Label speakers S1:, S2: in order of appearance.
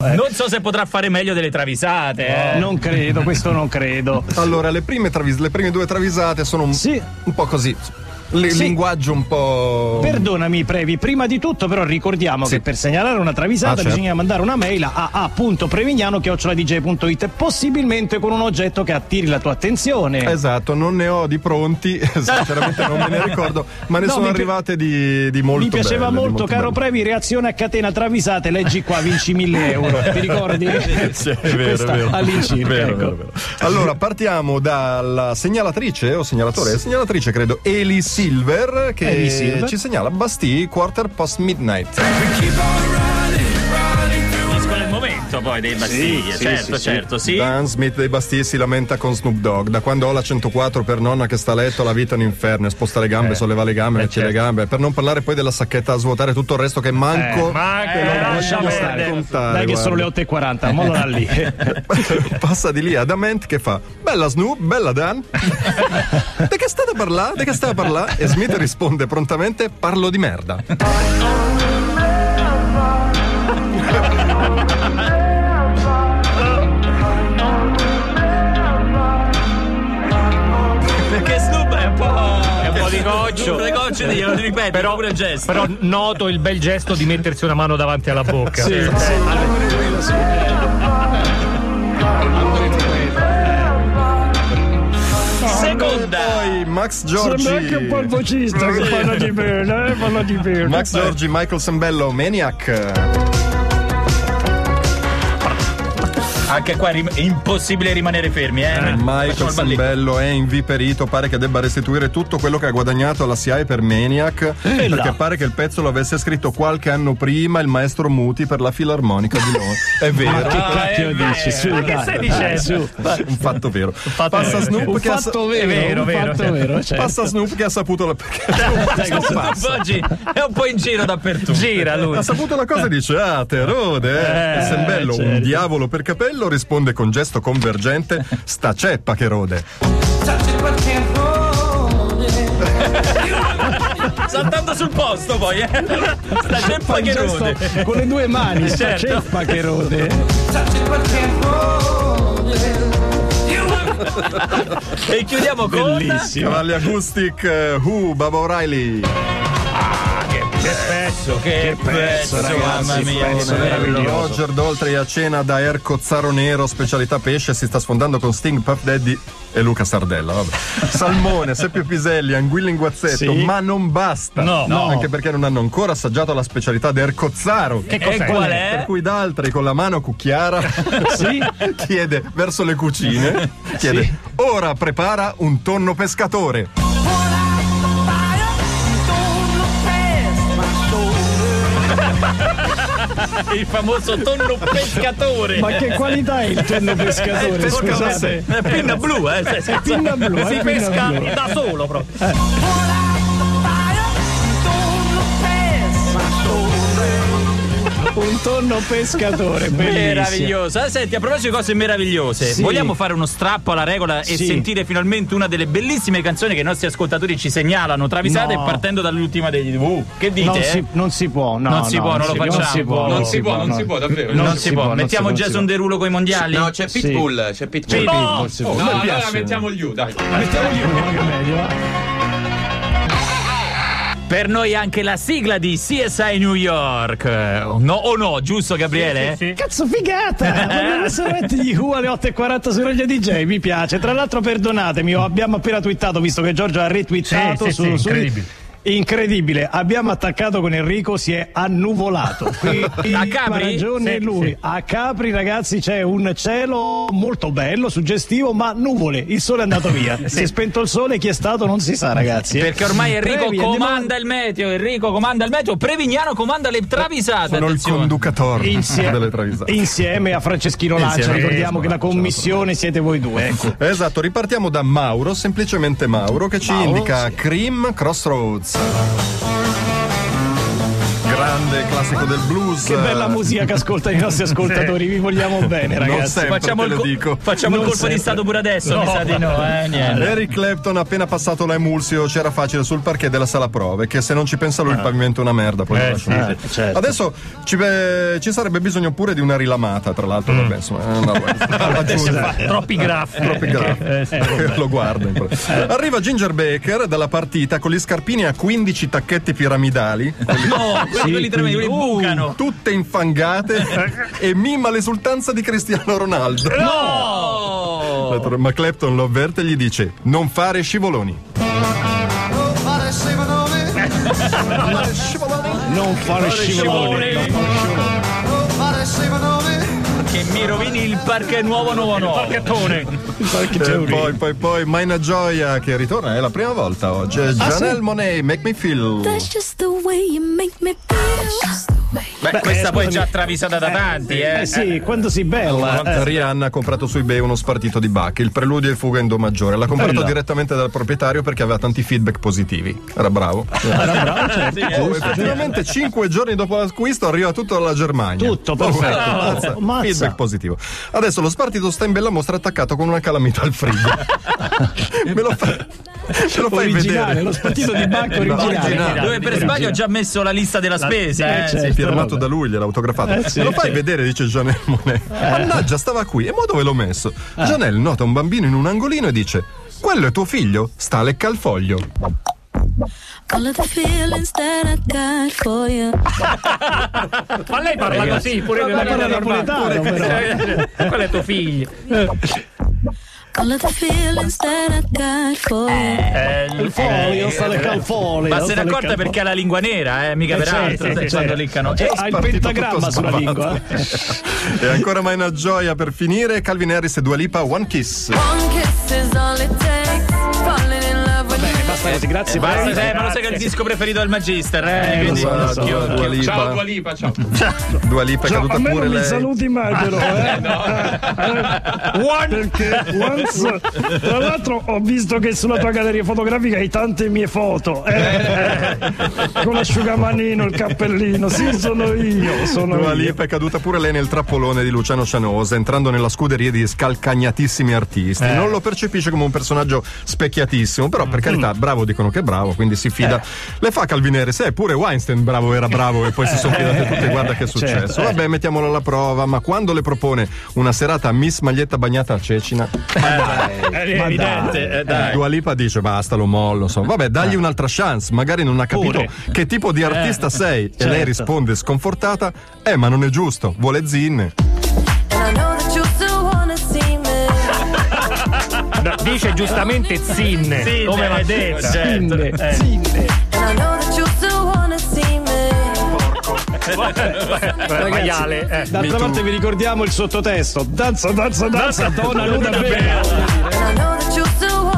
S1: Non so se potrà fare meglio delle travisate. eh.
S2: Non credo, questo non credo.
S3: Allora, le prime, travis- le prime due travisate sono un,
S2: Sì.
S3: un po' così. Il
S2: Sì.
S3: linguaggio un po'.
S2: Perdonami, Previ, prima di tutto però ricordiamo
S3: Sì.
S2: che per segnalare una travisata
S3: Ah, certo.
S2: bisogna mandare una mail a a.prevignano.it possibilmente con un oggetto che attiri la tua attenzione.
S3: Esatto, non ne ho di pronti, sinceramente non me ne ricordo, ma ne
S2: No,
S3: sono
S2: mi pi-
S3: arrivate di, di molto
S2: Mi piaceva
S3: belle, di
S2: molto, caro
S3: belle.
S2: Previ, reazione a catena travisate, leggi qua, vinci 1000 euro, ti ricordi?
S3: Sì, è vero,
S2: Questa
S3: è vero.
S2: all'incirca,
S3: Vero,
S2: ecco.
S3: vero, vero. Allora, partiamo dalla segnalatrice o segnalatore, segnalatrice credo Eli Silver che
S2: Eli Silver.
S3: ci segnala Bastille quarter past midnight.
S1: Discono il momento poi dei Bastiglie. certo, certo, sì.
S3: Dan Smith dei Bastille si lamenta con Snoop Dogg. Da quando ho la 104 per nonna che sta a letto, la vita è un inferno. E Sposta le gambe, solleva le gambe, mette le
S1: certo.
S3: gambe. Per non parlare poi della sacchetta a svuotare tutto il resto che manco.
S2: Eh,
S1: Marco,
S3: te lo
S1: eh,
S3: voglio
S1: lascia
S3: raccontare,
S1: perdere.
S2: Dai che sono le
S3: guarda.
S2: 8.40, mollo da lì.
S3: Passa di lì ad Ament che fa Bella Snoop, bella Dan De che state a parlare? De che state a parlare? E Smith risponde prontamente Parlo di merda
S1: Perché Snoop è un po'. È un po' di goccio. Un po' di goccio, glielo ripeto, però pure il gesto.
S4: Però noto il bel gesto di mettersi una mano davanti alla bocca.
S1: Seconda.
S3: Poi Max Giorgi
S2: vocista che parla di bene, eh, parla di bene.
S3: Max Giorgi, Michael Sembello, Maniac
S1: Anche qua rim- è impossibile rimanere fermi, eh. Facciamo
S3: Michael
S1: il balletto.
S3: Sembello è inviperito, pare che debba restituire tutto quello che ha guadagnato alla SIAE per Maniac, perché pare che il pezzo lo avesse scritto qualche anno prima il maestro Muti per la filarmonica di Londra. È vero,
S2: Che
S1: Ah,
S2: cacchio
S1: è
S2: dici?
S1: vero.
S2: Su,
S1: Ma che
S2: dai,
S1: stai
S2: dai,
S1: dicendo?
S2: su.
S3: un fatto vero. Passa Snoop
S2: Un
S3: che ha
S2: fatto vero,
S1: vero,
S2: un
S1: vero,
S2: fatto
S1: certo.
S2: vero, certo.
S3: cioè, Passa Snoop che ha saputo la, perché
S1: Snoop Oggi è un po' in giro dappertutto. Gira lui.
S3: ha saputo la cosa e dice: Ah, te rode. Eh, Sembello, un
S2: certo.
S3: diavolo per capello, risponde con gesto convergente: Sta ceppa che rode.
S1: Saltando sul posto poi, eh. Sta ceppa che rode.
S2: Gesto Con le due mani, sta
S1: Certo.
S2: ceppa che rode.
S1: E chiudiamo con.
S2: Bellissimo.
S3: Cavalli Acoustic, eh, Who, Baba O'Reilly.
S1: Che, pezzo, mamma mia.
S3: Pezzo meraviglioso. Roger Doltry a cena da Air Cozzaro Nero, specialità pesce, si sta sfondando con Sting, Puff Daddy e Luca Sardella. Vabbè. Salmone, Seppio Piselli, Anguilla Inguazzetto,
S2: Sì.
S3: ma non basta.
S4: No, no.
S3: Anche perché non hanno ancora assaggiato la specialità di Air Cozzaro.
S4: Che
S1: E
S4: cos'è?
S1: qual
S3: Per
S1: è?
S3: cui Daltri con la mano cucchiara
S2: Sì.
S3: chiede verso le cucine, chiede ora prepara un tonno pescatore.
S1: Il famoso tonno pescatore.
S2: Ma che qualità è il tonno
S1: Eh,
S2: pescatore?
S1: pesca-
S2: Scusate.
S1: eh, pinna blu, eh. se- se-
S2: Pinna blu, eh,
S1: si
S2: pinna
S1: pesca
S2: blu.
S1: da solo proprio.
S2: Un tonno pescatore, bellissimo.
S1: Meraviglioso. Eh, Senti, a proposito di cose meravigliose,
S2: Sì.
S1: vogliamo fare uno strappo alla regola e
S2: Sì.
S1: sentire finalmente una delle bellissime canzoni che i nostri ascoltatori ci segnalano, travisate,
S2: No.
S1: e partendo dall'ultima degli TV. Che dite?
S2: Non
S1: eh?
S2: si, non si può, no,
S1: Non si
S2: no,
S1: può, non lo
S2: si-
S1: facciamo. Non
S5: Non si può, non
S2: no.
S5: si può, davvero.
S1: non,
S2: non
S1: si,
S2: si
S1: può.
S2: può, non
S1: Mettiamo
S2: si può,
S1: Jason
S2: non si
S1: Derulo con i mondiali?
S5: No, c'è
S2: Sì.
S5: Pitbull, c'è Pitbull.
S1: Pitbull.
S5: Oh, No,
S2: Non si può.
S5: no, allora mettiamo gli U, dai. Mettiamo gli U.
S2: Che meglio, va?
S1: Per noi anche la sigla di CSI New York. Eh, No, o no, giusto Gabriele?
S4: Sì, sì, sì.
S2: Cazzo figata! Volevo solamente gli U alle 8.40 su Radio DJ, mi piace. Tra l'altro perdonatemi, oh, abbiamo appena twittato, visto che Giorgio ha retweetato
S4: Sì, sì,
S2: su,
S4: sì,
S2: su-
S4: incredibile.
S2: Incredibile, abbiamo attaccato con Enrico, si è annuvolato. Qui
S1: A Capri?
S2: ha ragione
S4: Sì,
S2: lui.
S4: sì.
S2: A Capri, ragazzi, c'è un cielo molto bello, suggestivo, ma nuvole. Il sole è andato via. Si è spento il sole, chi è stato non si sa, ragazzi. eh.
S1: Perché ormai Enrico
S2: Previ, andiamo-
S1: comanda il meteo, Enrico comanda il meteo, Prevignano comanda le travisate.
S3: Sono il
S1: attenzione.
S3: conducatore
S2: Insie-
S3: delle travisate.
S2: insieme a Franceschino Lancia,
S3: Insieme.
S2: ricordiamo
S3: Eh,
S2: che la
S3: Lancia,
S2: commissione siete voi due. Ecco.
S3: Esatto, ripartiamo da Mauro, semplicemente Mauro, che ci indica Cream Crossroads. grande classico del blues.
S2: Che bella musica che ascoltano i nostri ascoltatori, vi vogliamo bene,
S3: Eh. Non
S2: ragazzi.
S3: sempre,
S1: Facciamo
S3: te
S1: il,
S3: lo
S1: co-
S3: dico.
S1: facciamo il
S2: Non
S1: colpo di
S2: sempre.
S1: stato pure adesso, mi sa di no, eh, niente.
S3: Eric Clapton appena passato l'emulsio c'era facile sul parquet della sala prove che se non ci pensa lui il pavimento è una merda poi lo lascia così.
S2: Ah. certo.
S3: adesso ci, eh, ci sarebbe bisogno pure di una rilamata tra l'altro
S2: Mm.
S3: vabbè insomma eh, no, va giù,
S2: Cioè,
S3: dai.
S4: Troppi graffi.
S3: Troppi
S2: Eh,
S3: graffi. lo guarda in pro- arriva Ginger Baker dalla partita con gli scarpini a 15 tacchetti piramidali
S1: No, quelli, quelli tremendi, quelli bucano.
S3: tutte infangate e mima l'esultanza di Cristiano Ronaldo
S1: No!
S3: ma Clapton lo avverte e gli dice non fare scivoloni
S6: fare scivoloni, non fare scivoloni,
S2: Non fare scivoloni.
S6: non fare scivoloni,
S1: Che mi rovini il parquet nuovo, nuovo, nuovo.
S4: Parchettone.
S2: Perché c'è
S3: E
S2: un
S3: Eh, poi, poi, poi, Maina Gioia che ritorna, è la prima volta oggi.
S2: Ah,
S3: Janelle Monet, Make Me Feel.
S7: That's just the way you make me feel.
S1: Beh, questa poi è già travisata da tanti, eh.
S2: Eh sì, quando si bella.
S3: Eh,
S2: eh.
S3: Rihanna ha comprato su eBay uno spartito di Bach, il preludio e fuga in Do maggiore. L'ha comprato
S2: Bella.
S3: direttamente dal proprietario perché aveva tanti feedback positivi. Era bravo.
S2: certo.
S3: Oh, effettivamente, cinque giorni dopo l'acquisto arriva tutto dalla Germania.
S2: Tutto, perfetto.
S3: Ammazza.
S2: Oh, ammazza.
S3: Feedback positivo. Adesso lo spartito sta in bella mostra attaccato con una calamita al frigo. Me lo, fa, me lo fai
S2: Originale,
S3: vedere.
S2: lo spattito di banco originale.
S3: originale.
S1: Dove per sbaglio ho già messo la lista della spesa. eh,
S2: certo.
S1: sì.
S3: firmato da lui, gliel'ha autografato.
S2: Eh, sì,
S3: Me lo fai
S2: sì.
S3: vedere, dice Janelle Monet. Mannaggia, stava qui. E mo dove l'ho messo? Janelle nota un bambino in un angolino e dice: Quello è tuo figlio? Sta a lecca il foglio.
S7: All of the feelings that I got for you.
S4: Ma lei parla così, pure nella
S2: parla
S4: vita normale.
S2: napoletano,
S4: Quello è tuo figlio.
S7: All of the feelings that I got for you.
S2: Il
S3: Eh.
S2: folio, sta le calfole.
S1: Eh, Ma se ne accorta perché ha la lingua nera, eh, mica per altro.
S2: sì,
S1: sai,
S2: sì,
S1: quando
S2: sì.
S1: liccano. Eh,
S2: Ha il
S3: Partito
S2: pentagramma
S3: tutto
S2: sulla
S3: sbavato.
S2: lingua. eh.
S3: E ancora mai una gioia per finire. Calvin Harris e Dua Lipa, One Kiss.
S7: One kiss is all it takes. Falling in love with you.
S2: Basta così, grazie.
S1: basta,
S2: basta.
S1: eh, ma lo sai che è il disco preferito del Magister, eh? quindi,
S3: so, lo so.
S1: occhio.
S3: Dua Lipa.
S5: Ciao Dua Lipa, ciao.
S3: Dua Lipa è caduta
S8: a me
S3: pure
S8: non mi
S3: lei. Ah,
S8: saluti mai però eh. Eh, perché once- tra l'altro ho visto che sulla tua galleria fotografica hai tante mie foto eh, eh, con l'asciugamanino il cappellino sì sono io sono
S3: Dua
S8: io
S3: Lipa è caduta pure lei nel trappolone di Luciano Cianosa, entrando nella scuderia di scalcagnatissimi artisti.
S8: Eh.
S3: Non lo percepisce come un personaggio specchiatissimo, però
S8: Mm.
S3: per carità, bravo dicono che è bravo, quindi si fida.
S8: Eh.
S3: Le fa Calvinere, se pure Weinstein bravo era bravo e poi si
S8: Eh.
S3: sono fidate tutte, guarda che è
S8: Certo.
S3: successo. Vabbè, mettiamolo alla prova, ma quando le propone una serata a Miss Maglietta bagnata a Cecina,
S1: È evidente, eh, dai. Eh.
S3: Dua Lipa dice basta, lo mollo, insomma. Vabbè, dagli un'altra chance, magari non ha capito
S2: Pure.
S3: che tipo di artista sei. E
S1: Certo.
S3: lei risponde sconfortata, eh ma non è giusto, vuole zinne.
S7: And I know that you still wanna see me.
S4: No, Dice giustamente zinne.
S1: Sì,
S4: Come va
S1: eh,
S4: detta.
S1: certo. Eh,
S7: And I know that you still wanna see me.
S4: Eh, Maiale. eh.
S2: D'altra parte vi ricordiamo il sottotesto. Danza, danza, danza, donna nuda bella.
S7: And I know that you still wanna